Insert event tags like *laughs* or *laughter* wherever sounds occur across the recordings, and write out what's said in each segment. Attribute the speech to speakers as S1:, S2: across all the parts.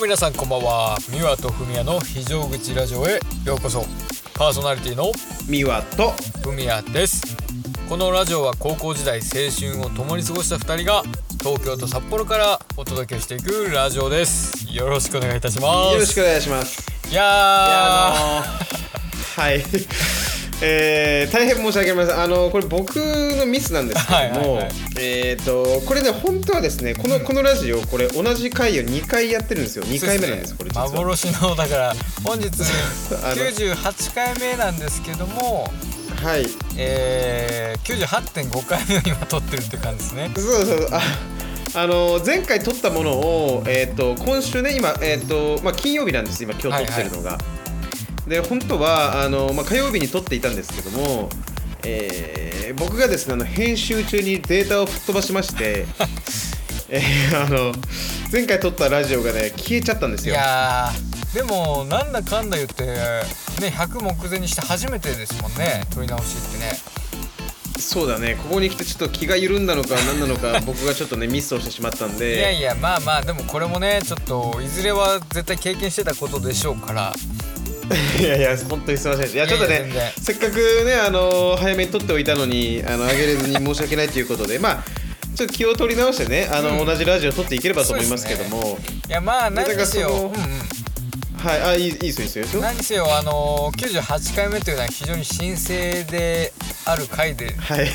S1: 皆さんこんばんは三輪とふみやの非常口ラジオへようこそパーソナリティの
S2: ミワと
S1: ふみやですこのラジオは高校時代青春を共に過ごした2人が東京と札幌からお届けしていくラジオですよろしくお願いいたします
S2: よろしくお願いします。
S1: いやー
S2: はい。 *laughs* えー、大変申し訳ありません。あのこれ僕のミスなんですけども、
S1: はいはいはい
S2: えっ、とこれね本当はですねこのこのラジオこれ同じ回を二回やってるんですよ。二回目なんですこれ実は。
S1: 幻のだから本
S2: *laughs*
S1: 日
S2: あの
S1: 98回目なんですけども
S2: はい。そ
S1: えー、98.5回目を今撮ってるって感じですね
S2: うそうそうあ。あの前回撮ったものを、えー、と今週ね今、えーとまあ、金曜日なんです今今日撮ってるのが、で本当はあの、まあ、火曜日に撮っていたんですけども、えー僕がですねあの編集中にデータを吹っ飛ばしま
S1: *laughs*
S2: して、えーあの前回撮ったラジオがね消えちゃったんです
S1: い
S2: よ
S1: やーでもなんだかんだ言ってね100目前にして初めてですもんね撮り直しってね
S2: そうだねここに来てちょっと気が緩んだのか何なのか僕がちょっとねミスをしてしまったんで
S1: いやいやまあまあでもこれもねちょっといずれは絶対経験してたことでしょうから
S2: *laughs* いやいや、本当にすみませんでした。いや、ちょっと
S1: いやいや
S2: ね
S1: 全然、
S2: せっかくね、あの早めに撮っておいたのに、あの上げれずに申し訳ないということで、まあ。ちょっと気を取り直してね、あの、同じラジオ撮っていければと思いますけども。
S1: いやまあ
S2: だ
S1: 何
S2: から
S1: にせよ、
S2: そ
S1: うんう
S2: のはい、あ、いい、いいですよ、いいです
S1: ん、
S2: よ。
S1: 何にせよあのー、98回目というのは非常に神聖である回
S2: *laughs*
S1: で
S2: はい。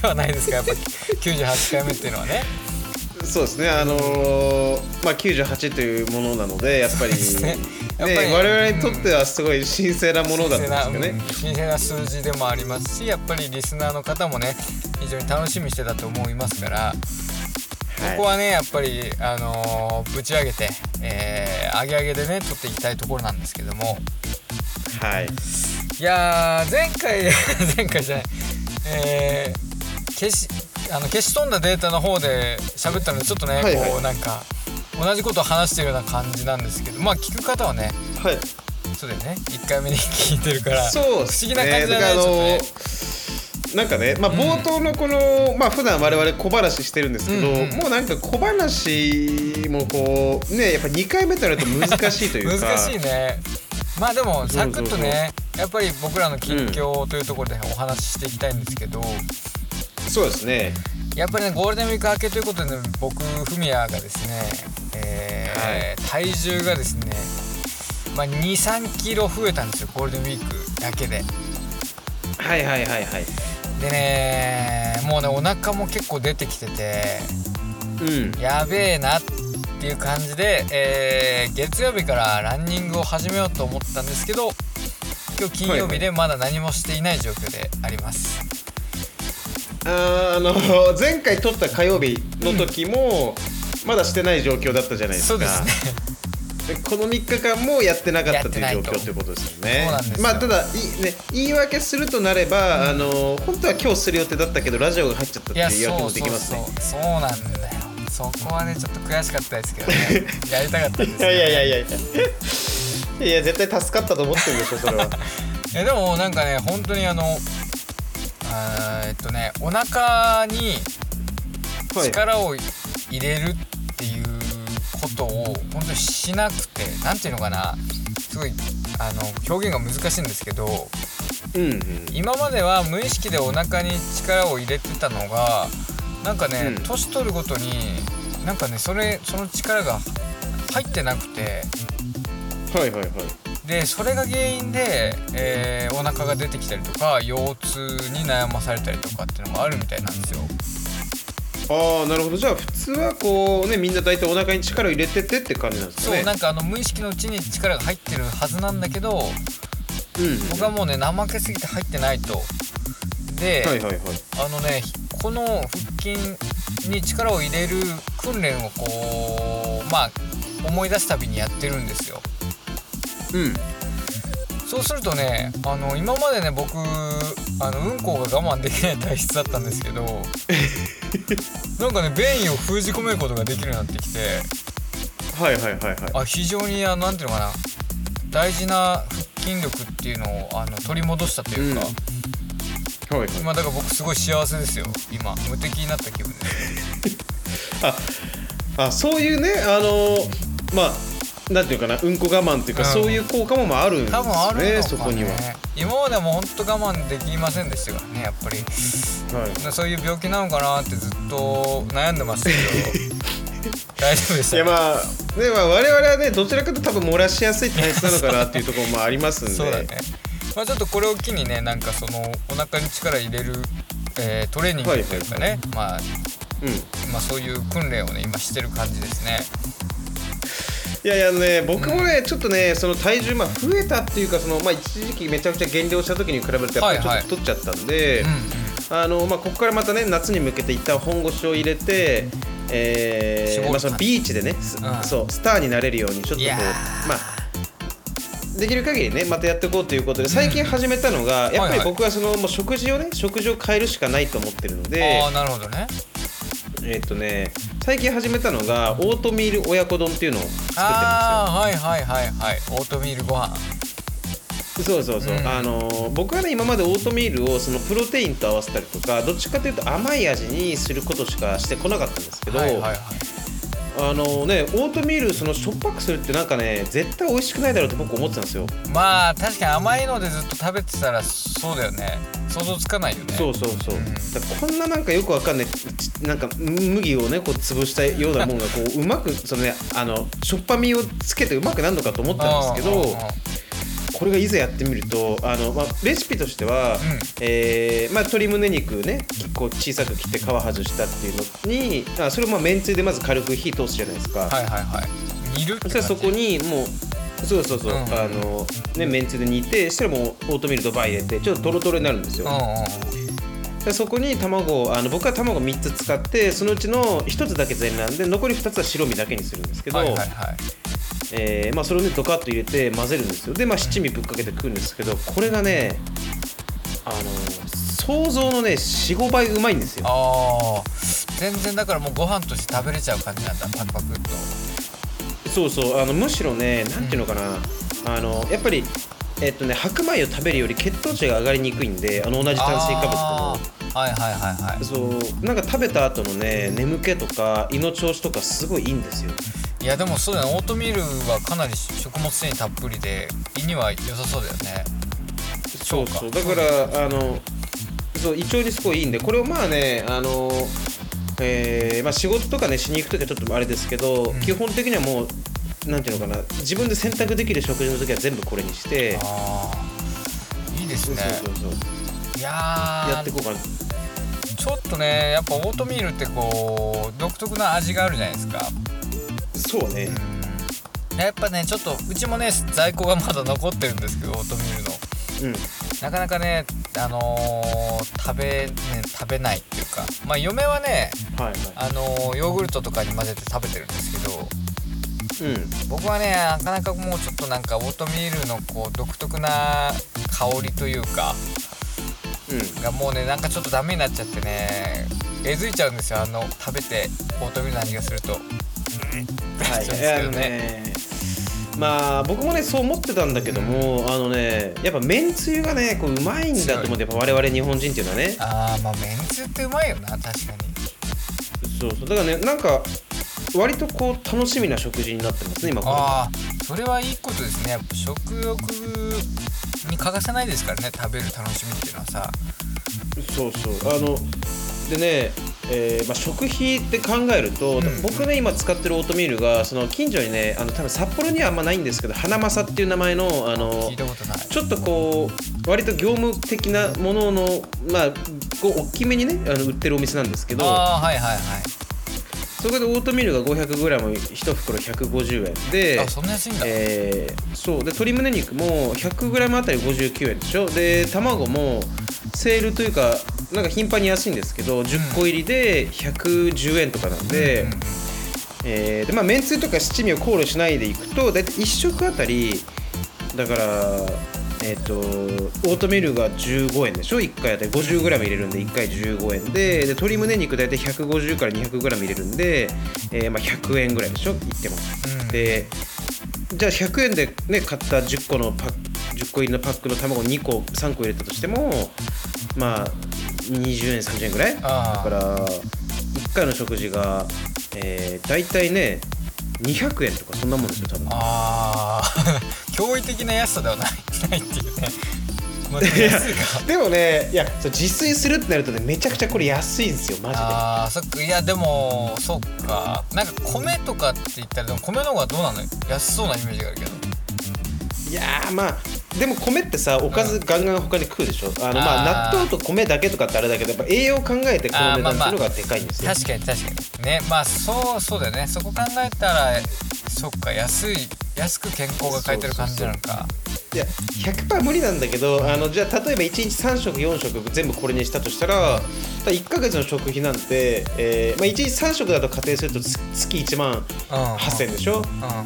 S1: ではないですかやっぱ98回目っていうのはね
S2: そうですね、あのまあ、98というものなので、やっぱり。
S1: すね
S2: ね
S1: やっぱり
S2: 我々にとってはすごい神聖なものだっ
S1: 新鮮
S2: た
S1: なん
S2: ですよね。
S1: うん新鮮な数字でもありますしやっぱりリスナーの方もね非常に楽しみにしてたと思いますから
S2: はい
S1: ここはねやっぱり、あのーぶち上げて、えー、上げ上げでね取っていきたいところなんですけども
S2: はい。
S1: いやー前回 *laughs* 前回じゃないえー消しあの消し飛んだデータの方で喋ったのでちょっとね、
S2: はいはい
S1: こうなんか同じことを話してるような感じなんですけどまあ聞く方はね
S2: はい。
S1: そうだよね1回目に聞いてるから
S2: そうっ
S1: 不
S2: す
S1: 思
S2: ね
S1: 議な感じだ
S2: だから
S1: ねちょ
S2: あの
S1: っとね。
S2: なんかね、まあ、冒頭のこの、まあ普段我々小話してるんですけど、
S1: うんうん
S2: もうなんか小話もこうねやっぱ2回目となると難しいというか
S1: *laughs* 難しいねまあでもサクッとねやっぱり僕らの近況というところでお話ししていきたいんですけど、
S2: そうですね
S1: やっぱりねゴールデンウィーク明けということで、ね、僕フミヤがですね、えー体重がですね、まあ、23キロ増えたんですよゴールデンウィークだけで
S2: はいはいはいはい
S1: でねもうねお腹も結構出てきてて
S2: うん
S1: やべえなっていう感じで、えー月曜日からランニングを始めようと思ったんですけど今日金曜日でまだ何もしていない状況であります、
S2: あーあの前回撮った火曜日の時も、まだしてない状況だったじゃないで
S1: そ
S2: すか
S1: うですね
S2: でこの3日間もやってなかったと
S1: やって
S2: い
S1: ないうと
S2: 状況ということですよね。
S1: そうなんですよ
S2: まあただい、ね、言い訳するとなれば、あの本当は今日する予定だったけどラジオが入っちゃったって
S1: い
S2: い
S1: や
S2: う言い訳
S1: そう
S2: もで
S1: そう
S2: き
S1: そう
S2: ますね。
S1: そうなんだよそこはねちょっと悔しかったですけど
S2: *laughs*
S1: ねやりたかったんです
S2: い
S1: よ
S2: や
S1: ね
S2: いやいやいやいやいや絶対助かったと思ってるでしょそ
S1: *laughs*
S2: れは。
S1: えでもなんかね本当にあのあーえっとねお腹に力を入れるっていうことを本当にしなくて何ていうのかなすごいあの表現が難しいんですけど
S2: うんうん。
S1: 今までは無意識でお腹に力を入れてたのがなんかね、
S2: うん
S1: 年取るごとになんかねそれその力が入ってなくて
S2: はいはいはい。
S1: でそれが原因で、えーお腹が出てきたりとか腰痛に悩まされたりとかっていうのがあるみたいなんですよ。
S2: ああなるほどじゃあ普通はこうねみんな大体お腹に力を入れててって感じなんです
S1: そ
S2: か
S1: う、
S2: ね。
S1: なんかあの無意識のうちに力が入ってるはずなんだけど
S2: うんうん。
S1: 僕はもうね怠けすぎて入ってないとで、
S2: はいはいはい。
S1: あのねこの腹筋に力を入れる訓練をこうまあ思い出すたびにやってるんですよ
S2: うん。
S1: そうするとねあの今までね僕あのうんこが我慢できない体質だったんですけどなんかね便意を封じ込めることができるようになってきて
S2: はいはいはいはい。
S1: あ非常にあのなんていうのかな大事な腹筋力っていうのをあの取り戻したというか、
S2: うんはいはい。
S1: 今だから僕すごい幸せですよ今無
S2: *laughs*
S1: 敵になった気分です
S2: ああそういうねあのまあなんていうかなうんこ我慢っていうか、
S1: うん
S2: そういう効果もまああるんです
S1: 多分あるのか
S2: ね
S1: ね
S2: そこには、
S1: 今までも本当我慢できませんでしたからねやっぱり
S2: はい
S1: そういう病気なのかなってずっと悩んでますけど
S2: *laughs*
S1: 大丈夫でし
S2: い
S1: た
S2: やまあねまあ我々はねどちらかというと多分漏らしやすい体質なのかなっていうところもありますんで
S1: そうだね、まあ、ちょっとこれを機にねなんかそのお腹に力入れる、えートレーニングというかね、まあ、
S2: うん、い
S1: まあそういう訓練をね今してる感じですね
S2: やいやね僕もねちょっとねその体重まあ増えたっていうかそのまあ一時期めちゃくちゃ減量した時に比べるとやっぱりちょ
S1: はいは
S2: っ
S1: い
S2: と太っちゃったんで、
S1: う
S2: あのまあここからまたね夏に向けて一旦本腰を入れてえ
S1: 絞
S2: ー
S1: る
S2: まあそのビーチでね、す
S1: うん
S2: そうスターになれるようにちょっとこ
S1: いや
S2: う
S1: ー
S2: まあできる限りねまたやっていこうということで最近始めたのが、やっぱ
S1: はい
S2: り
S1: はい
S2: 僕はそのもう食事をね食事を変えるしかないと思ってるので、
S1: ん、ああなるほどね
S2: えっ、とね最近始めたのがオートミール親子丼っていうのを作ってるんですよ
S1: ああはいはいはいはいオートミールご飯
S2: そうそうそう、
S1: うん
S2: あのー僕はね今までオートミールをそのプロテインと合わせたりとかどっちかというと甘い味にすることしかしてこなかったんですけど、
S1: はいはいはい
S2: あのーねオートミールそのしょっぱくするってなんかね絶対美味しくないだろうって僕思ってたんですよ、
S1: まあ確かに甘いのでずっと食べてたらそうだよね想像つかないよね
S2: そうそうそう、
S1: うん
S2: だからこんななんかよくわかんないちなんか麦をねこう潰したようなも
S1: *laughs*
S2: んがこううまくそのねあのしょっぱみをつけてうまくなるのかと思ったんですけど、
S1: うんうんうん
S2: これがいざやってみるとあの、まあ、レシピとしては、
S1: ん
S2: えーまあ、鶏むね肉ねこう小さく切って皮外したっていうのにあそれをまあめんつゆでまず軽く火通すじゃないですか、
S1: はいはいはい煮るって感じ
S2: そしたらそこにもうそうそうそう、
S1: うんうん
S2: あのね、めんつゆで煮てそしたらもうオートミールドバイ入れてちょっとトロトロになるんです
S1: う
S2: よ、
S1: んうんうん
S2: でそこに卵をあの僕は卵3つ使ってそのうちの1つだけ全卵で残り2つは白身だけにするんですけど、
S1: はいはいはい
S2: えーまあ、それをねドカッと入れて混ぜるんですよで、まあ、七味ぶっかけて食うんですけどこれがねあの想像のね45倍うまいんですよ
S1: ああ全然だからもうご飯として食べれちゃう感じなんだパクパクっと
S2: そうそうあのむしろねなんていうのかな、あのやっぱりえっとね白米を食べるより血糖値が上がりにくいんであの同じ炭水化物でも
S1: あーはいはいはいはい
S2: そうなんか食べた後のね眠気とか胃の調子とかすごいいいんですよ
S1: いやでもそうだねオートミールはかなり食物繊維たっぷりで胃には良さそうだよね
S2: そう
S1: か
S2: そうだからあのそう胃腸にすごいいいんでこれをまあねあのえーまあ、仕事とかねしに行く時はちょっとあれですけど、
S1: うん
S2: 基本的にはもうなんていうのかな自分で選択できる食事の時は全部これにして
S1: あーいいです
S2: そう
S1: ね
S2: そうそうそう
S1: い
S2: や
S1: や
S2: ってい
S1: ー
S2: こうかな
S1: ちょっとねやっぱオートミールってこう独特な味があるじゃないですか
S2: そうね、
S1: うんやっぱねちょっとうちもね在庫がまだ残ってるんですけどオートミールの
S2: うん、
S1: なかなかねあのー食べ、ね、食べないっていうかまあ嫁はね
S2: はいは
S1: あのーヨーグルトとかに混ぜて食べてるんですけど
S2: いうん
S1: 僕はねなかなかもうちょっとなんかオートミールのこう独特な香りというか
S2: う
S1: がもうねなんかちょっとダメになっちゃってねえずいちゃうんですよあの食べてオートミールの味がすると。
S2: んは
S1: *laughs* そうで
S2: い
S1: す
S2: い
S1: け
S2: やあ
S1: ど
S2: の
S1: ね
S2: ねまあ僕もねそう思ってたんだけども、あのねやっぱめんつゆがねこううまいんだと思ってやっぱ我々日本人っていうのはね
S1: あーまあめんつゆってうまいよな確かに
S2: そうそうだからねなんか割とこう楽しみな食事になってますね今これ
S1: ああそれはいいことですねやっぱ食欲に欠かせないですからね食べる楽しみっていうのはさ
S2: そうそうあのでね、えーまあ、食費って考えると、
S1: ん
S2: 僕ね今使ってるオートミールがその近所にねあの多分札幌にはあんまないんですけど花正っていう名前のあの
S1: 聞いたことない
S2: ちょっとこう割と業務的なもののまあこう大きめにねあの売ってるお店なんですけど
S1: ああはいはいはい、
S2: そこでオートミールが 500g1 袋150円で
S1: あそんな安いんだ、
S2: えーそうで鶏胸肉も 100g あたり59円でしょで卵もセールというかなんか頻繁に安いんですけど10個入りで110円とかなんで,、
S1: うん
S2: えーでまあ、めんつゆとか七味を考慮しないでいくと大体1食あたりだからえっ、とオートミールが15円でしょ1回あたり 50g 入れるんで1回15円でで鶏胸肉大体150から 200g 入れるんで、えーまあ、100円ぐらいでしょいっても。
S1: うん
S2: でじゃあ100円で、ね、買った10個のパック10個入りのパックの卵2個3個入れたとしてもまあ20円30円ぐらいだ
S1: あ
S2: から1回の食事が、えー、大体ね200円とかそんなもんですよ多分
S1: ああ *laughs* 驚異的な安さではないないっていうね、まあ、でも
S2: いや
S1: 安いか
S2: でもねいやそう自炊するってなるとねめちゃくちゃこれ安いんですよマジで
S1: あーそっかいやでもそっかなんか米とかって言ったらでも米の方がどうなの安そうなイメージがあるけど
S2: いやーまあでも米ってさおかずガンガン他に食うでしょ、あのま
S1: あ
S2: あ
S1: ー
S2: 納豆と米だけとかってあれだけどやっぱ栄養を考えてこの値段っていうのがでかいんですよ、
S1: 確かに確かにねまあそうそうだよねそこ考えたらそっか安い安く健康が変えてる感じなのか
S2: いや100%無理なんだけどあのじゃあ例えば1日3食4食全部これにしたとしたら1ヶ月の食費なんて、えーまあ、1日3食だと仮定するとつ月1万
S1: うん
S2: 8000円でしょ、
S1: うん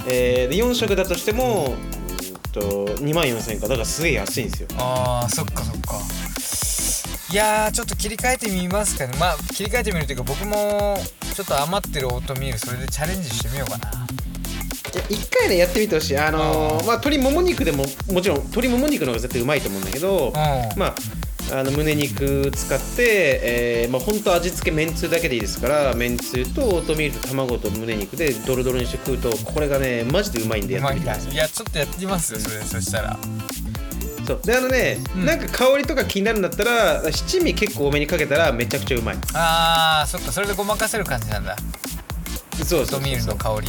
S2: えーで4食だとしてもうーんと2万4000円かだからすげえ安いんですよ
S1: あーそっかそっかいやーちょっと切り替えてみますかねまあ切り替えてみるというか僕もちょっと余ってるオートミールそれでチャレンジしてみようかない
S2: や一回ねやってみてほしいあのー
S1: あー
S2: まあ鶏もも肉でももちろん鶏もも肉の方が絶対うまいと思うんだけど
S1: うん
S2: まああの胸肉使って、えーまあ本当味付けめんつゆだけでいいですからめんつゆとオートミールと卵と胸肉でドロドロにして食うとこれがねマジでうまいんで
S1: う
S2: やっ
S1: ま
S2: て
S1: い
S2: みてください
S1: いやちょっとやってみますよそれそしたら
S2: そうであのね、
S1: うん
S2: なんか香りとか気になるんだったら七味結構多めにかけたらめちゃくちゃうまい
S1: あーそっかそれでごまかせる感じなんだ
S2: そう
S1: オー
S2: そ
S1: ト
S2: うそう
S1: ミールの香りを
S2: こ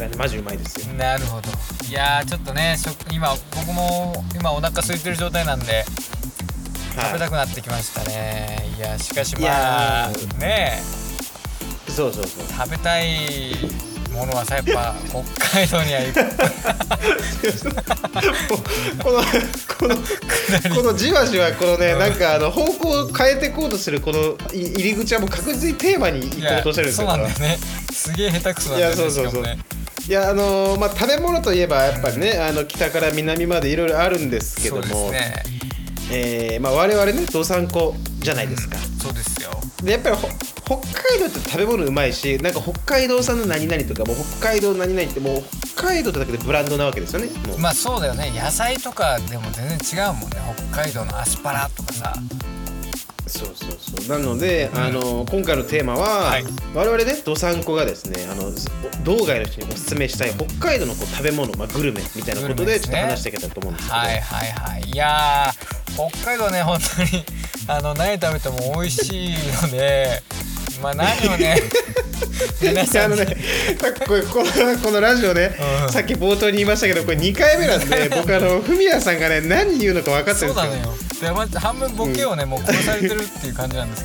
S2: れはねマジうまいですよ
S1: なるほどいやーちょっとね食今僕も今お腹空いてる状態なんで食べたくなってきましたねいやしかしまあ
S2: いやー
S1: ね
S2: い、そうそうそう
S1: え食べたいものはさやっぱ北海道にはいっ
S2: *laughs*
S1: ぱい
S2: このこのこのじわじわこのねなんかあの方向を変えていこうとするこのい入り口はもう確実にテーマに行
S1: い
S2: こ
S1: や
S2: うとしてるんです
S1: そう
S2: よ
S1: なん
S2: こ
S1: だよ
S2: れは
S1: ねすげえ下手くそなんだよね
S2: いやそうそうそ
S1: しか
S2: う
S1: もね
S2: いやあのーまあ食べ物といえばやっぱりね、あの北から南までいろいろあるんですけど
S1: そう
S2: も、
S1: ですね
S2: えーまあ我々ね道産子じゃないですか、
S1: そうですよ
S2: でやっぱりほ北海道って食べ物うまいしなんか北海道産の何々とかもう北海道何々ってもう北海道ってだけでブランドなわけですよねもう
S1: まあそうだよね野菜とかでも全然違うもんね北海道のアスパラとかさ
S2: そうそうそうなので、あの今回のテーマは、
S1: はい
S2: 我々ねどさんこがですねあの道外の人におすすめしたい北海道のこう食べ物、まあ、グルメみたいなこと
S1: グルメ
S2: で
S1: です
S2: ち
S1: ね
S2: ょっと話していけたらと思うんですけど、
S1: はいはいはいいやー北海道ね本当にあの何食べても美味しいのでまあ何を
S2: *laughs*
S1: ね皆
S2: いや
S1: さ
S2: *laughs* あ
S1: ん
S2: の
S1: に
S2: ね、これこのこのラジオね、
S1: うん
S2: さっき冒頭に言いましたけどこれ2回目なん
S1: *laughs*
S2: で僕あのフミヤさんがね何言うのか分かって
S1: そう
S2: る
S1: ん
S2: です
S1: な
S2: よ
S1: のよで、まあ、半分ボケをね、もう殺されてるっていう感じなんで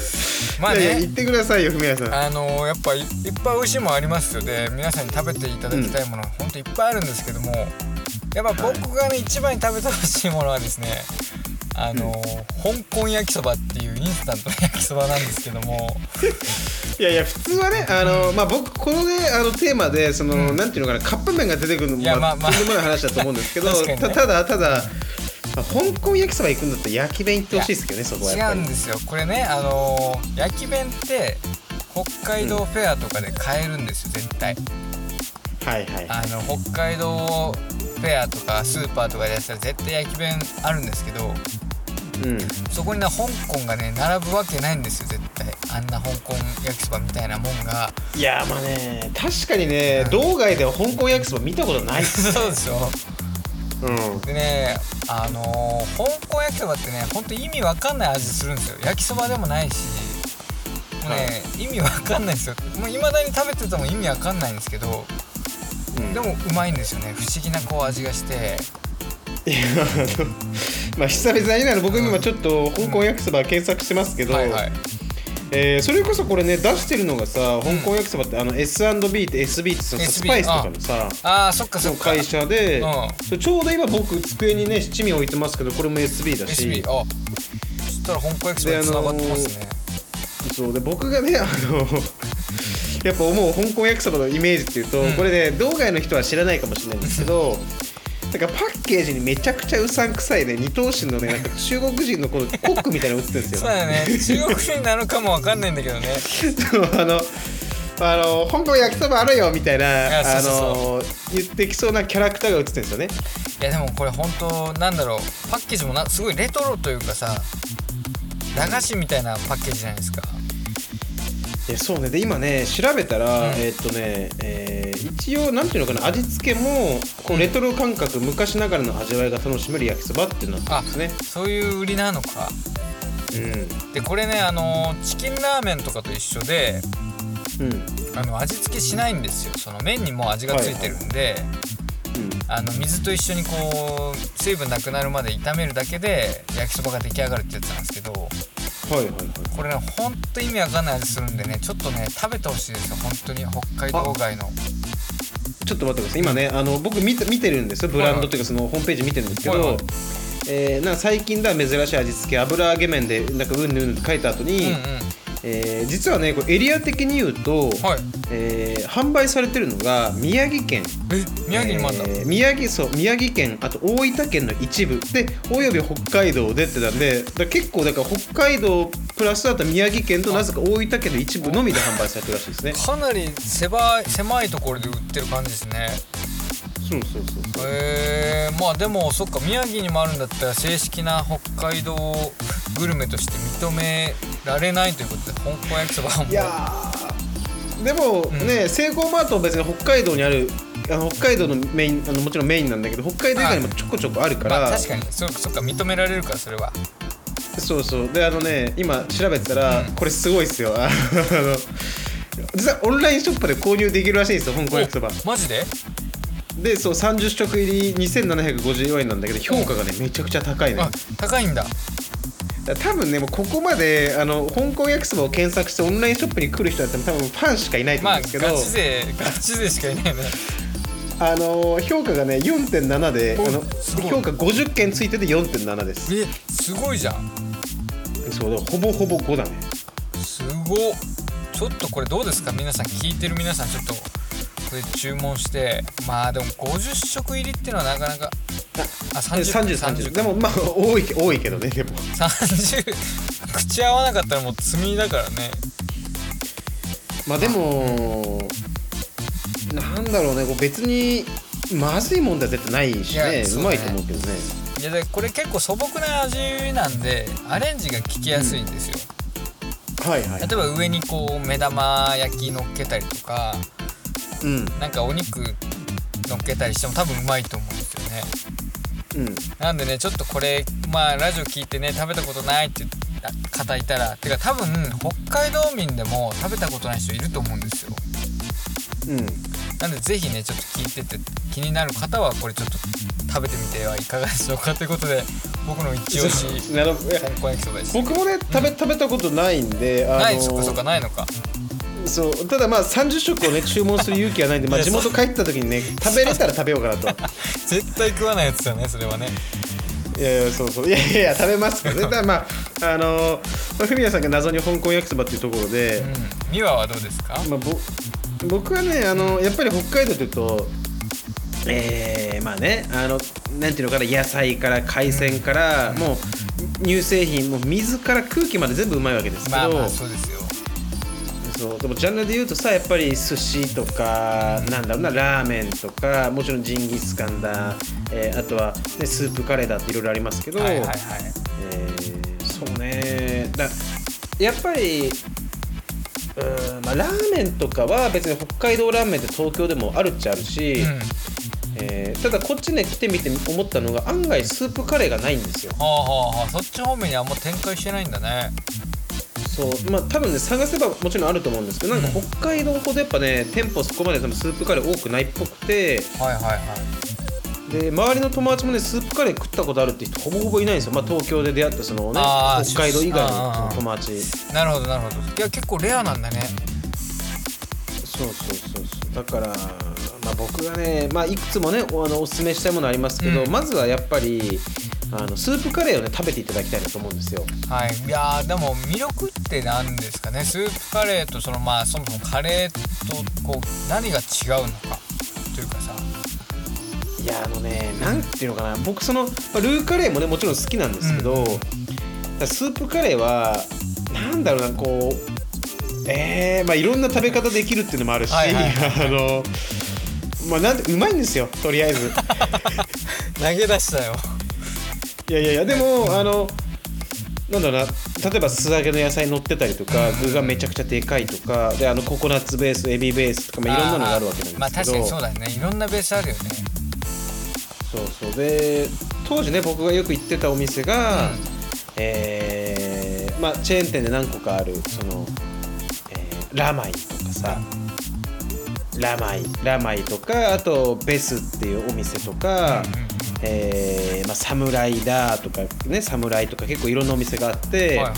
S1: すけどまあ
S2: いやいや
S1: ね
S2: 言ってくださいよフミヤさん
S1: あのやっぱいいっぱい美味しいもんありますよで皆さんに食べていただきたいもの、ほんといっぱいあるんですけどもやっぱ僕がね一番に食べてほしいものはですねあの、香港焼きそばっていうインスタントの焼きそばなんですけども
S2: いやいや普通はねあの、まあ、僕このねあのテーマでその、なんていうのかなカップ麺が出てくる
S1: い
S2: のも、
S1: や
S2: まあ
S1: まあまあ
S2: とんでもない話だと思うんですけど、
S1: *laughs* 確かにね
S2: たただただまあ香港焼きそば行くんだったら焼き弁行ってほしいですけどねそこは
S1: 違
S2: やっぱ
S1: う
S2: り
S1: んですよこれねあのー焼き弁って北海道フェアとかで買えるんですよ絶対
S2: はいはい
S1: あの北海道フェアとかスーパーとかでやったら絶対焼き弁あるんですけど
S2: うん
S1: そこにな香港がね並ぶわけないんですよ絶対あんな香港焼きそばみたいなもんが
S2: いやまあね確かにね、
S1: うん
S2: 道外では香港焼きそば見たことないっす
S1: *laughs* そうでしょ
S2: うん
S1: でねあのー香港焼きそばってねほんと意味わかんない味するんですよ焼きそばでもないしもうね、意味わかんないですよもう未だに食べてても意味わかんないんですけど
S2: うん
S1: でもうまいんですよね不思議なこう味がして
S2: いやあのまあ久々になる僕今ちょっと香港焼きそば検索してますけど、
S1: はいはい
S2: えーそれこそこれね出してるのがさ香港焼きそばってあの S&B って SB ってその
S1: SB
S2: スパイスとかのさ
S1: あーそっかそ
S2: の
S1: っか
S2: 会社で、
S1: う
S2: そうちょうど今僕机にね七味置いてますけどこれも SB だし
S1: SB あそしたら香港焼きそばにつながってますね、
S2: そうで僕がねあの *laughs* やっぱ思う香港焼きそばのイメージっていうと、
S1: うん
S2: これね道外の人は知らないかもしれないんですけどなんかパッケージにめちゃくちゃうさんくさいね二頭身のねなんか中国人のこのコックみたいなの映ってるんですよ
S1: *laughs* そうだよね中国人なのかもわかんないんだけどね
S2: *laughs* そうあのあの香港焼きそばあるよみたい
S1: いや
S2: なあ
S1: そうそう
S2: の言ってきそうなキャラクターが映ってるんですよね。
S1: いやでもこれ本当なんだろうパッケージもなすごいレトロというかさ駄菓子みたいなパッケージじゃないですか
S2: やそうねで今ね調べたら、
S1: うん
S2: えっとね、えー一応なんていうのかな味付けもこうレトロ感覚昔ながらの味わいが楽しめる焼きそばってなったんですね
S1: そういう売りなのかでこれねあのーチキンラーメンとかと一緒で
S2: うんうんうん
S1: あの味付けしないんですよその麺にもう味がついてるんで、あの水と一緒にこう水分なくなるまで炒めるだけで焼きそばが出来上がるってやつなんですけど
S2: はいはいはい
S1: これねほんと意味わかんない味するんでねちょっとね食べてほしいですよ本当に北海道外の
S2: ちょっと待ってください今ねあの僕見て見てるんですよブランドというかそのホームページ見てるんですけど、
S1: はいはい
S2: えーなんか最近では珍しい味付け油揚げ麺でなんかうんぬんぬんって書いた後
S1: うん
S2: に、
S1: うん
S2: えー実はねこれエリア的に言う
S1: は
S2: と、
S1: い
S2: えー販売されてるのが宮城県
S1: え宮城にもあんだ、
S2: えー宮城そう宮城県あと大分県の一部でおよび北海道でってたんでだから結構だから北海道プラスあと宮城県となぜか大分県の一部のみで販売されてるらしいですね
S1: かなり狭い狭いところで売ってる感じですね
S2: そうそうそう
S1: えー、まあでもそっか宮城にもあるんだったら正式な北海道グルメとして認められないということで香港焼きそばはもう
S2: いやーでも
S1: ん
S2: ね、セイコーマートは別に北海道にあるあの北海道のメインあのもちろんメインなんだけど北海道以外にもちょこちょこあるから、
S1: まあ、確かにそそっか認められるからそれは
S2: そうそうであのね今調べてたら、
S1: うん
S2: これすごいっすよあの実はオンラインショップで購入できるらしいんですよ香港焼きそば
S1: マジで
S2: でそう30食入り2754円なんだけど評価がねめちゃくちゃ高いね
S1: あ高いんだ
S2: だから多分ねもうここまであの香港焼きそばを検索してオンラインショップに来る人だったら多分ファンしかいないと
S1: ま
S2: 思う
S1: あ
S2: んで
S1: ガ
S2: すけど、
S1: チ勢 *laughs* ガチ勢しかいないね
S2: あのー評価がね4.7で
S1: お
S2: あの
S1: すごい
S2: 評価50件ついてて4.7です
S1: えすごいじゃん
S2: そうだほぼほぼ5だね
S1: すごっちょっとこれどうですか皆さん聞いてる皆さんちょっとこれ注文してまあでも50食入りっていうのはなかなかあ30
S2: 3030でもまあ多い多いけどねでも
S1: 30口合わなかったらもう罪だからね
S2: まあでもなんだろうねこう別にまずいもんでは絶対ないし
S1: いや
S2: ね
S1: そううだ
S2: ま
S1: ね
S2: いと思うけどね
S1: いやでこれ結構素朴な味なんでアレンジが効きやすいんですよ、
S2: はいは
S1: 例えば上にこう目玉焼き乗っけたりとか
S2: うん
S1: なんかお肉乗っけたりしても多分うまいと思うんですよね
S2: うん
S1: なんでねちょっとこれまあラジオ聞いてね食べたことないって方いたらてか多分北海道民でも食べたことない人いると思うんですよ
S2: うん
S1: なんでぜひねちょっと聞いてて気になる方はこれちょっと食べてみてはいかがでしょうかということで僕の一押し
S2: *laughs* そうなるほどいや
S1: 香港焼きそばです
S2: 僕もね食べ食べたことないんで、あのー
S1: ないそっかそっかないのか
S2: そうただまあ30食を
S1: *laughs*
S2: ね注文する勇気はないんで、まあ、
S1: いや
S2: 地元帰った時にね食べれたら食べようか
S1: *laughs*
S2: なと
S1: 絶対食わないやつだねそれはね
S2: いやいやそうそういやいやいや食べますけどねただまああのーまあフミヤさんが謎に香港焼きそばっていうところで
S1: う、ん美和はどうですか
S2: まあ、ぼ僕はねあのやっぱり北海道というとえー、まあねあのなんていうのかな野菜から海鮮から、もう乳製品もう水から空気まで全部うまいわけですけど、
S1: まあまあそうですよ
S2: そうでもジャンルで言うとさやっぱり寿司とかなんだろうなラーメンとかもちろんジンギスカンだ、えーあとは、ね、スープカレーだっていろいろありますけど、
S1: はいはいはい
S2: えーそうねだやっぱりうーん、まあ、ラーメンとかは別に北海道ラーメンって東京でもあるっちゃあるし、
S1: うん
S2: えーただこっちね来てみて思ったのが案外スープカレーがないんですよ
S1: はあはあはあそっち方面にあんま展開してないんだね
S2: そうまあ多分ね探せばもちろんあると思うんですけどなんか北海道ほどやっぱね店舗そこまで多分スープカレー多くないっぽくて
S1: はいはいはい
S2: で周りの友達もねスープカレー食ったことあるって人ほぼほぼいないんですよ、まあ、東京で出会ったそのね
S1: あー
S2: 北海道以外の
S1: あー
S2: 友達
S1: なるほどなるほどいや結構レアなんだね
S2: そうそうそうそうだから、まあ、僕がね、まあ、いくつもねおあのおすすめしたいものありますけど、
S1: うん
S2: まずはやっぱりあのスープカレーをね食べていただきたいなと思うんですよ
S1: はいいやーでも魅力って何ですかねスープカレーとそのまあそもそもカレーとこう何が違うのかというかさ
S2: いやあのねなんていうのかな僕その、まあルーカレーもねもちろん好きなんですけど、だからスープカレーはなんだろうなこうえー、まあいろんな食べ方できるっていうのもあるし、
S1: はいはい
S2: あのまあなんてうまいんですよとりあえ
S1: *laughs*
S2: ず
S1: 投げ出したよ
S2: いやいやいやでもあのなんだろうな例えば素揚げの野菜乗ってたりとか具がめちゃくちゃでかいとかであのココナッツベースエビベースとか、まあ、いろんなのがあるわけなんですけど
S1: まあ確かにそうだねいろんなベースあるよね
S2: そうそうで当時ね僕がよく行ってたお店が、
S1: うん
S2: えーまあ、チェーン店で何個かあるその、えーラマイとかさラマイラマイとかあとベスっていうお店とか、えーまあ、サムライだとかねサムライとか結構いろんなお店があって、
S1: はいはいはい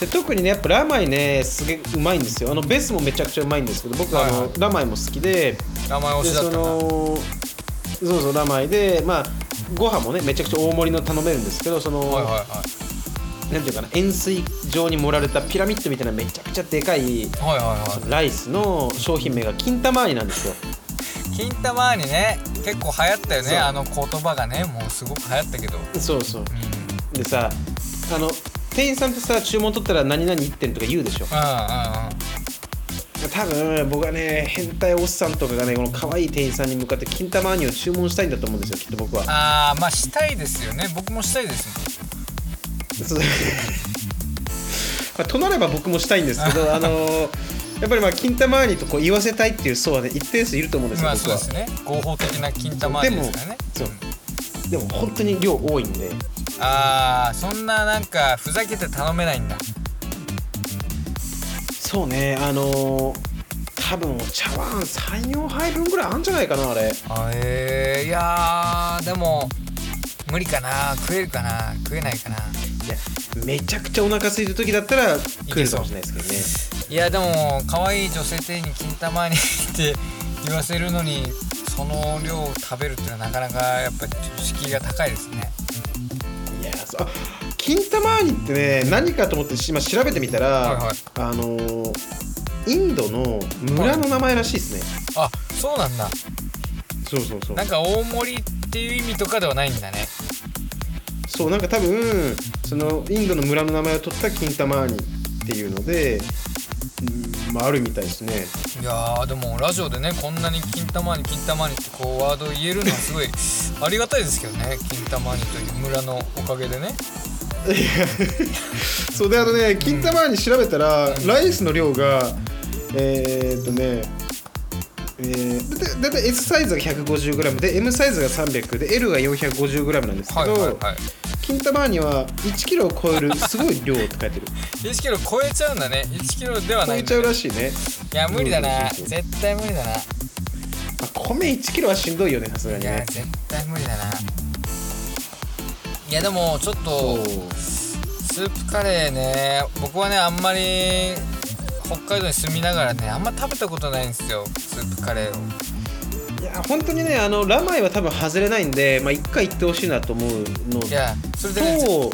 S2: で特にねやっぱラマイねすげえうまいんですよあのベスもめちゃくちゃうまいんですけど僕はあの、
S1: はいはい
S2: ラマイも好きで
S1: 名前推
S2: で
S1: しだっ
S2: そ
S1: たな
S2: のそうそうラマイでまあご飯もねめちゃくちゃ大盛りの頼めるんですけどその、
S1: はいはいはい
S2: なんていうかな円錐状に盛られたピラミッドみたいなめちゃくちゃでかい
S1: はいはいは
S2: ライスの商品名が金玉になんですよ
S1: い金玉ーにね結構流行ったよ
S2: そう
S1: ねあの言葉がねもうすごく流行ったけどうん
S2: そうそうでさあの店員さんってさ注文取ったら何々1点とか言うでしょ
S1: う
S2: 多分僕はね変態おっさんとかがねこの可愛い店員さんに向かって金玉アニを注文したいんだと思うんですよきっと僕は
S1: んうんああまあしたいですよね僕もしたいですもん
S2: そう *laughs* まあとなれば僕もしたいんですけ
S1: *laughs*
S2: どあのやっぱりまあ金玉アニとこう言わせたいっていう層はね一定数いると思うんですよ
S1: まあ
S2: 僕
S1: そう
S2: は
S1: ですね合法的な金玉ーですからね
S2: でも
S1: ん
S2: でも本当に量多いんで
S1: ああそんななんかふざけて頼めないんだ
S2: そうねあの多分お茶碗34杯分ぐらいあるんじゃないかなあれ
S1: あえー、いやーでも無理かな食えるかな食えないかない
S2: やめちゃくちゃお腹空いてる時だったら食えるかもしれないですけど
S1: い
S2: ね
S1: やでも可愛い女性店員に金玉にって *laughs* 言わせるのにその量を食べるっていうのはなかなかやっぱり敷居が高いですね
S2: いやそうあ金玉アニってね何かと思って今調べてみたら、
S1: いはい
S2: あのーインドの村の名前らしいですね、
S1: あそうなんだ
S2: そうそうそう
S1: なんか大盛りっていう意味とかではないんだね
S2: そうなんか多分そのインドの村の名前を取った金玉アニっていうので、うんまあ、あるみたいですね
S1: いやーでもラジオでねこんなに金玉に金玉にってこうワード言えるのはすごい *laughs* ありがたいですけどね金玉にという村のおかげでね
S2: そうであのね金玉に調べたら、
S1: うん
S2: ライスの量がえー、っとねえー、だいたいだいたい S サイズが 150g で M サイズが300で L が 450g なんですけど、
S1: はいはいはい
S2: 金玉には1キロを超えるすごい量って書いてる
S1: 1キロ超えちゃうんだね1キロでは
S2: 超
S1: ない
S2: え
S1: ん
S2: ち
S1: だ
S2: ゃ
S1: いう
S2: らしいね、
S1: や無理だな
S2: そうそうそう
S1: 絶対無理だな
S2: まあ、米1キロはしんどいよねさすが
S1: い
S2: に
S1: や
S2: ね
S1: 絶対無理だないやでもちょっ
S2: そう
S1: とスープカレーね僕はねあんまり北海道に住みながらねあんま食べたことないんですよスープカレーを
S2: いや本当にねあのラマイは多分外れないんで、まあ、1回行ってほしいなと思うの
S1: いやそれでね
S2: そう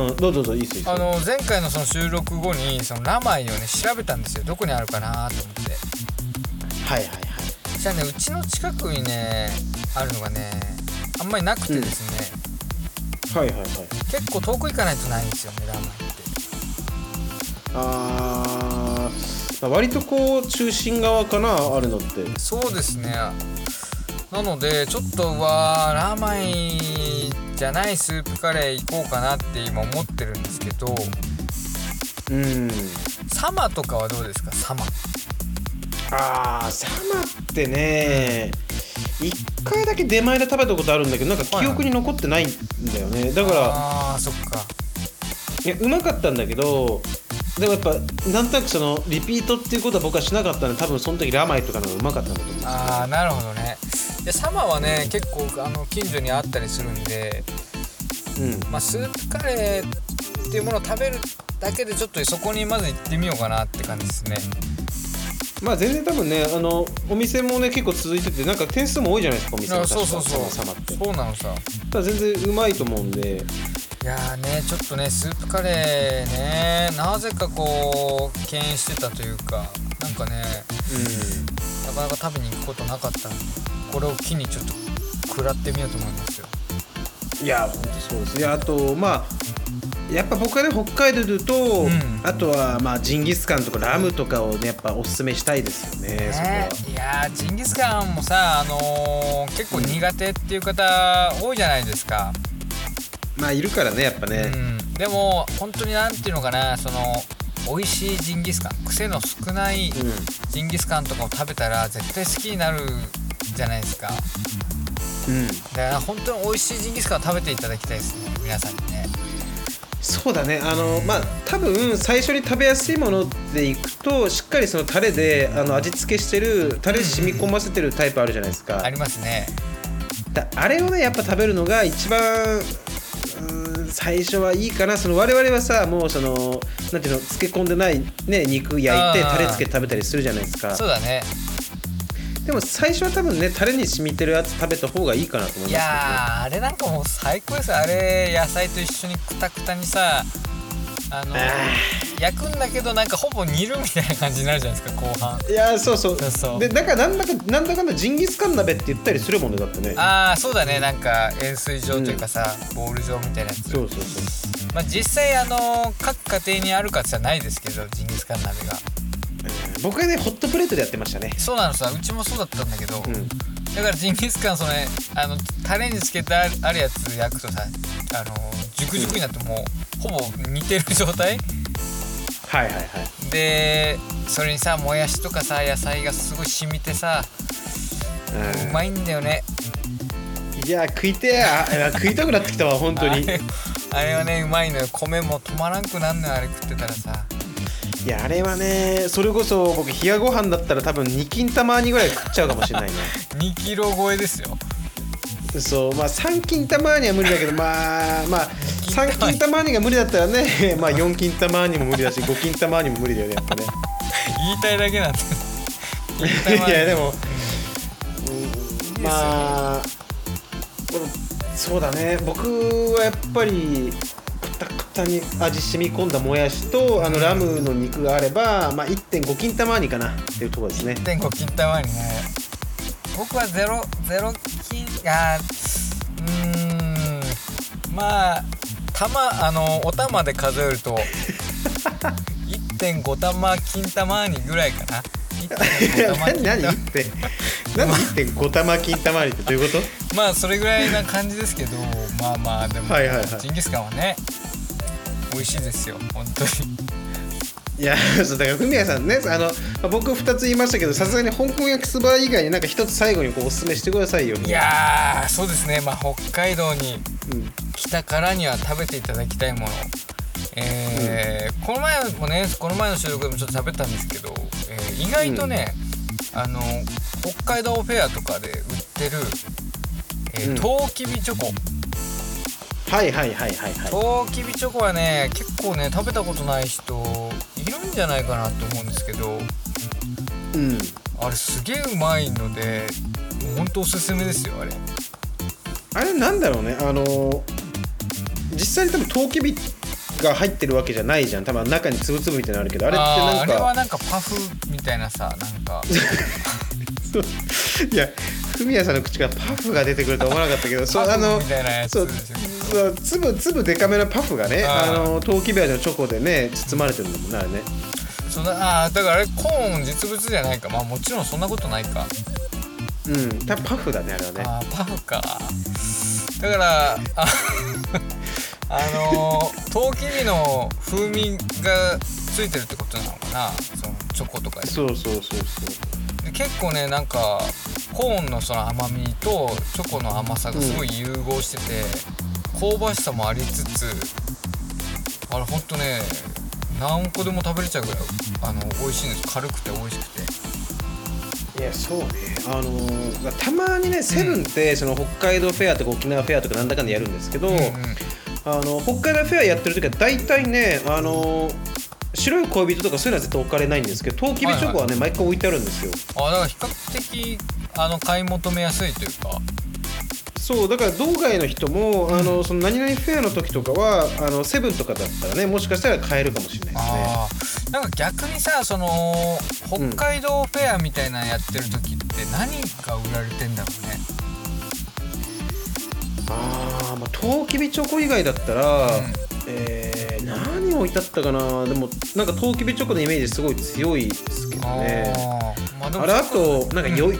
S1: うん
S2: うん、どうぞどうぞいいですよいいっすよ
S1: あの前回のその収録後にそのラマイをね調べたんですよどこにあるかなと思って
S2: はいはいはい
S1: そしたらねうちの近くにねあるのがねあんまりなくてですね、
S2: はいはいはい
S1: 結構遠く行かないとないんですよねラマイって
S2: あーまあ割とこう中心側かなあるのって
S1: そうですねなのでちょっとうわーラマイじゃないスープカレー行こうかなって今思ってるんですけど
S2: うん
S1: サマとかはどうですかサマ
S2: あーサマってね一回だけ出前で食べたことあるんだけどなんか記憶に残ってないんだよねだか
S1: あーそっから
S2: いやうまかったんだけどでもやっぱなんとなくそのリピートっていうことは僕はしなかったんで多分その時ラマイとかの方がうまかったんだと思うんですよ
S1: ああなるほどねいやサマはね結構あの近所にあったりするんで、
S2: うん
S1: まあ、スープカレーっていうものを食べるだけでちょっとそこにまず行ってみようかなって感じですね
S2: まあ全然多分ねあのお店もね結構続いててなんか点数も多いじゃないですかお店
S1: あ
S2: の
S1: そうそうそう
S2: サマって
S1: そうなのさ
S2: ただ全然うまいと思うんで
S1: いやーねちょっとねスープカレーねなぜかこう敬遠してたというかなんかね
S2: うん
S1: なかなか食べに行くことなかったんでこれを機にちょっと食らってみようと思いますよ
S2: いや本当そうですいやあとまあやっぱ僕はね北海道で言うと、
S1: うん
S2: あとはまあジンギスカンとかラムとかをねやっぱおすすめしたいですよねそこ
S1: ねい
S2: は、
S1: やージンギスカンもさ、あのー結構苦手っていう方多いじゃないですか、
S2: まあいるからねやっぱね、
S1: うん、でも本当になんていうのかなその美味しいジンギスカン癖の少ない
S2: うん
S1: ジンギスカンとかを食べたら絶対好きになるじゃないですか
S2: うん
S1: だから本当に美味しいジンギスカンを食べていただきたいですね皆さんにね
S2: そうだねあのまあ多分最初に食べやすいものでいくとしっかりそのタレであの味付けしてるタレ染み込ませてるタイプあるじゃないですか
S1: ありますね
S2: だあれをねやっぱ食べるのが一番うーん最初はいいかなその我々はさもうそのなんていうの漬け込んでない、ね、肉焼いて
S1: あー
S2: タレつけて食べたりするじゃないですか
S1: そうだね
S2: でも最初は多分ねタレに染みてるやつ食べた方がいいかなと思います
S1: いやーあれなんかもう最高ですあれ野菜と一緒にくたくたにさあの焼くんだけどなんかほぼ煮るみたいな感じになるじゃないですか後半
S2: いやーそうそう
S1: そうそう
S2: でだからなんだかなんだかんだジンギスカン鍋って言ったりするもんねだってね
S1: ああそうだねなんか円錐状というかさ、ボール状みたいなやつ
S2: そうそうそう
S1: まあ、実際あの各家庭にあるかじゃないですけどジンギスカン鍋が
S2: 僕はねホットプレートでやってましたね
S1: そうなのさうちもそうだったんだけど、
S2: うん
S1: だからジンギスカンそのあのタレにつけてあるあるやつ焼くとさあの熟々になってもうほぼ似てる状態
S2: はいはいはい
S1: でそれにさもやしとかさ野菜がすごい染みてさうまいんだよね
S2: いやー食いてえあいや食いたくなってきたわ本当に
S1: あれあれはねうまいのよ米も止まらんくなんのよあれ食ってたらさ
S2: いやあれはねそれこそ僕冷やご飯だったら多分2金玉にぐらい食っちゃうかもしれないね *laughs*
S1: 2キロ超えですよ
S2: そうまあ3金玉には無理だけどまあまあ3金玉にが無理だったらねまあ4金玉にも無理だし5金玉にも無理だよねやっぱね
S1: 言いたいだけなんだ言いたま
S2: い
S1: に
S2: やでも
S1: いいですよね
S2: まあでもそうだね僕はやっぱりくたくたに味染み込んだもやしとあのラムの肉があれば、まあ、1.5金玉にかなっていうところですね
S1: 1.5金玉にね僕はゼロゼロ金あーうーんまあ玉あのお玉で数える
S2: *laughs*
S1: と1.5玉金玉にぐらいかな1.5玉金
S2: 何 *laughs* 何
S1: 玉
S2: って何1.5玉金玉にってどういうこ
S1: まあそれぐらいな感じですけどまあまあでも、
S2: はいはいはい
S1: ジンギスカンはね美味しいですよ本当に
S2: といやそうだから文也さんねあのまあ僕2つ言いましたけどさすがに香港焼きそば以外になんか1つ最後にこうおすすめしてくださいよ
S1: いやーそうですねまあ北海道に
S2: うん
S1: 来たからには食べていただきたいもの、えーこの前もねこの前の収録でもちょっと喋ったんですけど、えー意外とね、あの北海道フェアとかで売ってる、えー
S2: うん
S1: とうきびチョコ
S2: はいはいはいはいはい
S1: とうきびチョコはね結構ね食べたことない人いるんじゃないかなと思うんですけど
S2: うん
S1: あれすげえうまいのでもうほんとおすすめですよあれ
S2: あれなんだろうねあのー実際に多分トウキビが入ってるわけじゃないじゃん多分中につぶつぶみたいなのあるけどあれ
S1: あーあ
S2: ってなん
S1: れは
S2: か
S1: なんかパフみたいなさなんか
S2: *laughs* いやフミヤさんの口からパフが出てくるとは思わなかったけどそう
S1: パ
S2: あ
S1: フ
S2: の
S1: みたいなやつ
S2: そう
S1: ですよ
S2: そう粒粒でかめのパフがね
S1: あ
S2: あ
S1: ー
S2: のトウキビ味のチョコでね包まれてるんだもんねあれね
S1: そんなあーだからあれコーン実物じゃないかまあもちろんそんなことないか、
S2: うん多分パフだねあれはね
S1: あーパフかだからあ *laughs* あのーとうきびの風味がついてるってことなのかなそのチョコとかに
S2: そうそうそうそう
S1: で結構ねなんかコーンのその甘みとチョコの甘さがすごい融合してて、香ばしさもありつつあれほんとね何個でも食べれちゃうぐらいあの美味しいんです軽くて美味しくて
S2: いやそうねあのーたまにねセブンって、その北海道フェアとか沖縄フェアとかなんだかんだやるんですけど、
S1: うんうん
S2: あの北海道フェアやってる時は大体ねあの白い恋人とかそういうのは絶対置かれないんですけどトウキビチョコはね、毎回置いてあるんですよ
S1: あだから比較的あの買い求めやすいというか
S2: そうだから道外の人もあのその何々フェアの時とかはあのセブンとかだったらねもしかしたら買えるかもしれないですね
S1: あーなんか逆にさその北海道フェアみたいなのやってる時って何が売られてんだろうね、
S2: あーまあトウキビチョコ以外だったら、
S1: うん
S2: えー何置いてあったかなでもなんかトウキビチョコのイメージすごい強いですけどね
S1: あーまあで
S2: あれあ
S1: そこと
S2: なんかよい、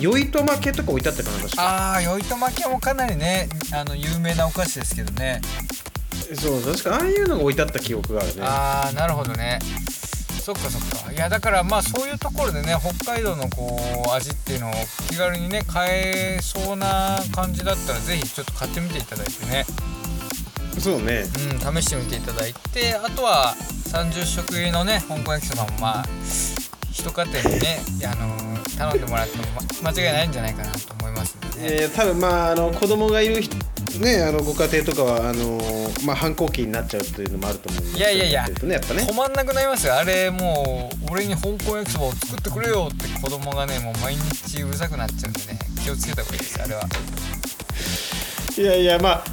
S2: 酔いと負けとか置いてあったかな確か
S1: ああ酔いとまきもかなりねあの有名なお菓子ですけどね
S2: そう確かああいうのが置いてあった記憶があるね
S1: ああなるほどねそっかそっかいやだからまあそういうところでね北海道のこう味っていうのを気軽にね買えそうな感じだったら是非ちょっと買ってみていただいてね
S2: そうね
S1: うん、試してみていただいてあとは30食入りのね香港焼きそばもまあ一家庭にね、あのー頼んでもらっても、ま、間違いないんじゃないかなと思いますんでね、
S2: えー、多分まああの子供がいる人ねあのご家庭とかはあのまあ反抗期になっちゃうというのもあると思うんですけど
S1: いやいやいや
S2: ちょっとねやっぱね
S1: 困んなくなりますよあれもう俺に香港焼きそばを作ってくれよって子供がねもう毎日うるさくなっちゃうんでね気をつけた方がいいですあれはい
S2: やいやまあ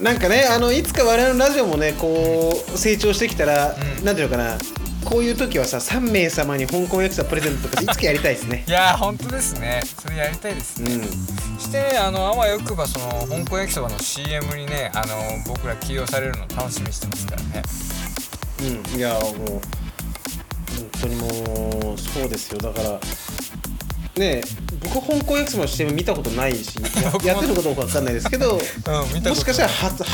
S2: なんかねあのいつか我々のラジオもねこう成長してきたら、
S1: うん
S2: なんていうのかなこういう時はさ3名様に香港焼きそばプレゼントとかいつかやりたいです *laughs* ね
S1: いやー本当ですねそれやりたいです
S2: う
S1: ね、
S2: ん
S1: してねあのあわよくばその香港焼きそばの CM にねあの僕ら起用されるの楽しみにしてますからね
S2: うんいやもう本当にもうそうですよだからねえ僕香港焼きそばの CM 見たことないし
S1: *laughs* 僕も
S2: ややってるかどうかわかんないですけど
S1: *laughs* うん見たことない
S2: もしかしたら初は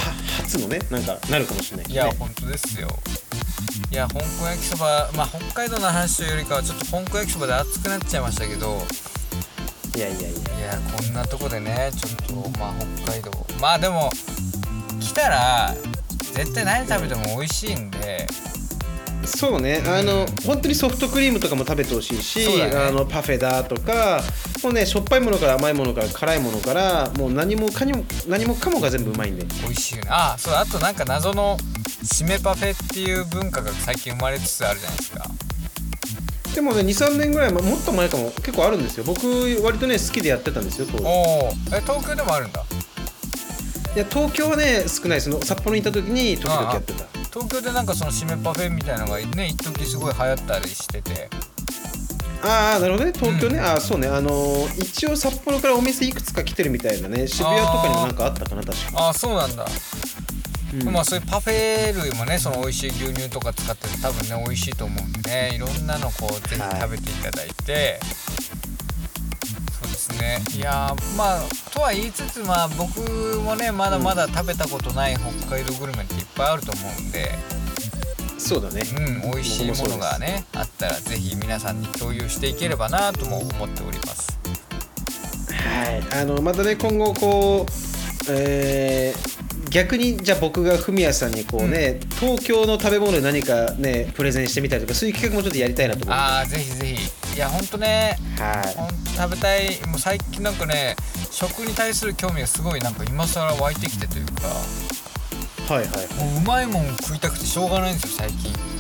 S2: 初のねなんかなるかもしれない
S1: いや、
S2: ね
S1: 本当ですよいや香港焼きそばまあ北海道の話というよりかはちょっと香港焼きそばで熱くなっちゃいましたけど
S2: いやいやいや
S1: いやこんなとこでねちょっとまあ北海道まあでも来たら絶対何食べても美味しいんで
S2: そうね、あの本当にソフトクリームとかも食べてほしいし、
S1: そうだね
S2: あのパフェだとかもうねしょっぱいものから甘いものから辛いものからもう何もかにも何もかもが全部うまいんで
S1: 美味しいよねあそうあとなんか謎の締めパフェっていう文化が最近生まれつつあるじゃないですか
S2: でもね23年ぐらい前もっと前かも結構あるんですよ僕割とね好きでやってたんですよ当時
S1: おおえ東京でもあるんだ
S2: いや東京はね少ないその札幌に行った時に時々やってた
S1: 東京でなんかその締めパフェみたいなのがね一時すごい流行ったりしてて
S2: ああなるほどね東京ね、ああそうねあのー一応札幌からお店いくつか来てるみたいなね渋谷とかにもなんかあったかな確か、
S1: ああそうなんだ
S2: うん
S1: まあそういうパフェ類もねその美味しい牛乳とか使って多分ね美味しいと思うんでねいろんなのこうぜひ食べていただいて、そうですねいやーまあとは言いつつまあ僕もねまだまだ食べたことない北海道グルメっていっぱいあると思うんで、
S2: そうだね
S1: うん、美味しいものがねあったらぜひ皆さんに共有していければなとも思っております
S2: はい、あのまたね今後こう、えー逆にじゃあ僕がフミヤさんにこうね、東京の食べ物で何かねプレゼンしてみたりとかそういう企画もちょっとやりたいなと思うは
S1: ああぜひぜひいやほんとね
S2: い
S1: ほんと食べたいもう最近なんかね食に対する興味がすごいなんか今更湧いてきてというか
S2: はいはい
S1: もううまいもん食いたくてしょうがないんですよ最近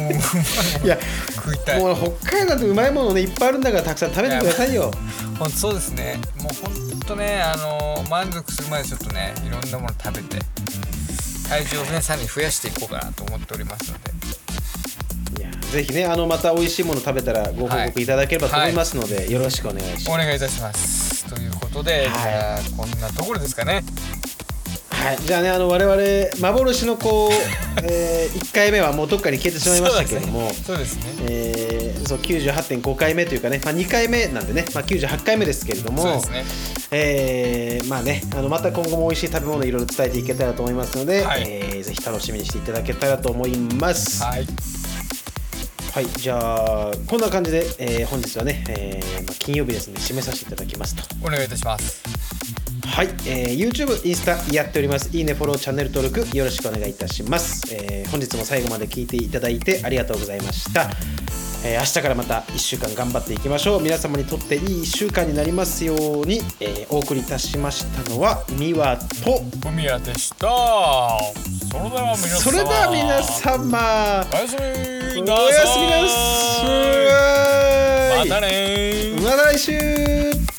S1: もううまいもん
S2: いや
S1: 食いたい
S2: もう北海道ってうまいものねいっぱいあるんだからたくさん食べてくださいよ
S1: ほんとそうですねもうほんとねあのー満足するまでちょっとねいろんなもの食べて体重をねさらに増やしていこうかなと思っておりますので
S2: いやぜひねあのまた美味しいもの食べたらご報告いただければと思いますので、よろしくお願いし
S1: お
S2: ます
S1: 願いいたしますということで、
S2: はい
S1: じゃあこんなところですかね
S2: はいじゃあねあの我々幻のこ
S1: *laughs*
S2: う、え1回目はもうどっかに消えてしまいましたけども
S1: そうですね
S2: えー、そう98.5回目というかね、まあ、2回目なんでね、まあ、98回目ですけれども
S1: そうですね
S2: えーまあね、あのまた今後も美味しい食べ物いろいろ伝えていけたらと思いますので、
S1: はい
S2: えーぜひ楽しみにしていただけたらと思います。は
S1: はい
S2: い、じゃあこんな感じで、えー本日はね、えーまあ、金曜日ですので締めさせていただきますと。
S1: お願いいたします
S2: はい、えー YouTube、インスタやっております。いいね、フォロー、チャンネル登録よろしくお願いいたします。えー本日も最後まで聞いていただいてありがとうございました。えー明日からまた1週間頑張っていきましょう。皆様にとっていい1週間になりますように、えーお送りいたしましたのは、ミワと。
S1: 海谷でしたそれでは皆様
S2: それでは皆様、
S1: おやすみ
S2: お
S1: なさい
S2: やすみなさい。
S1: またねー
S2: また来週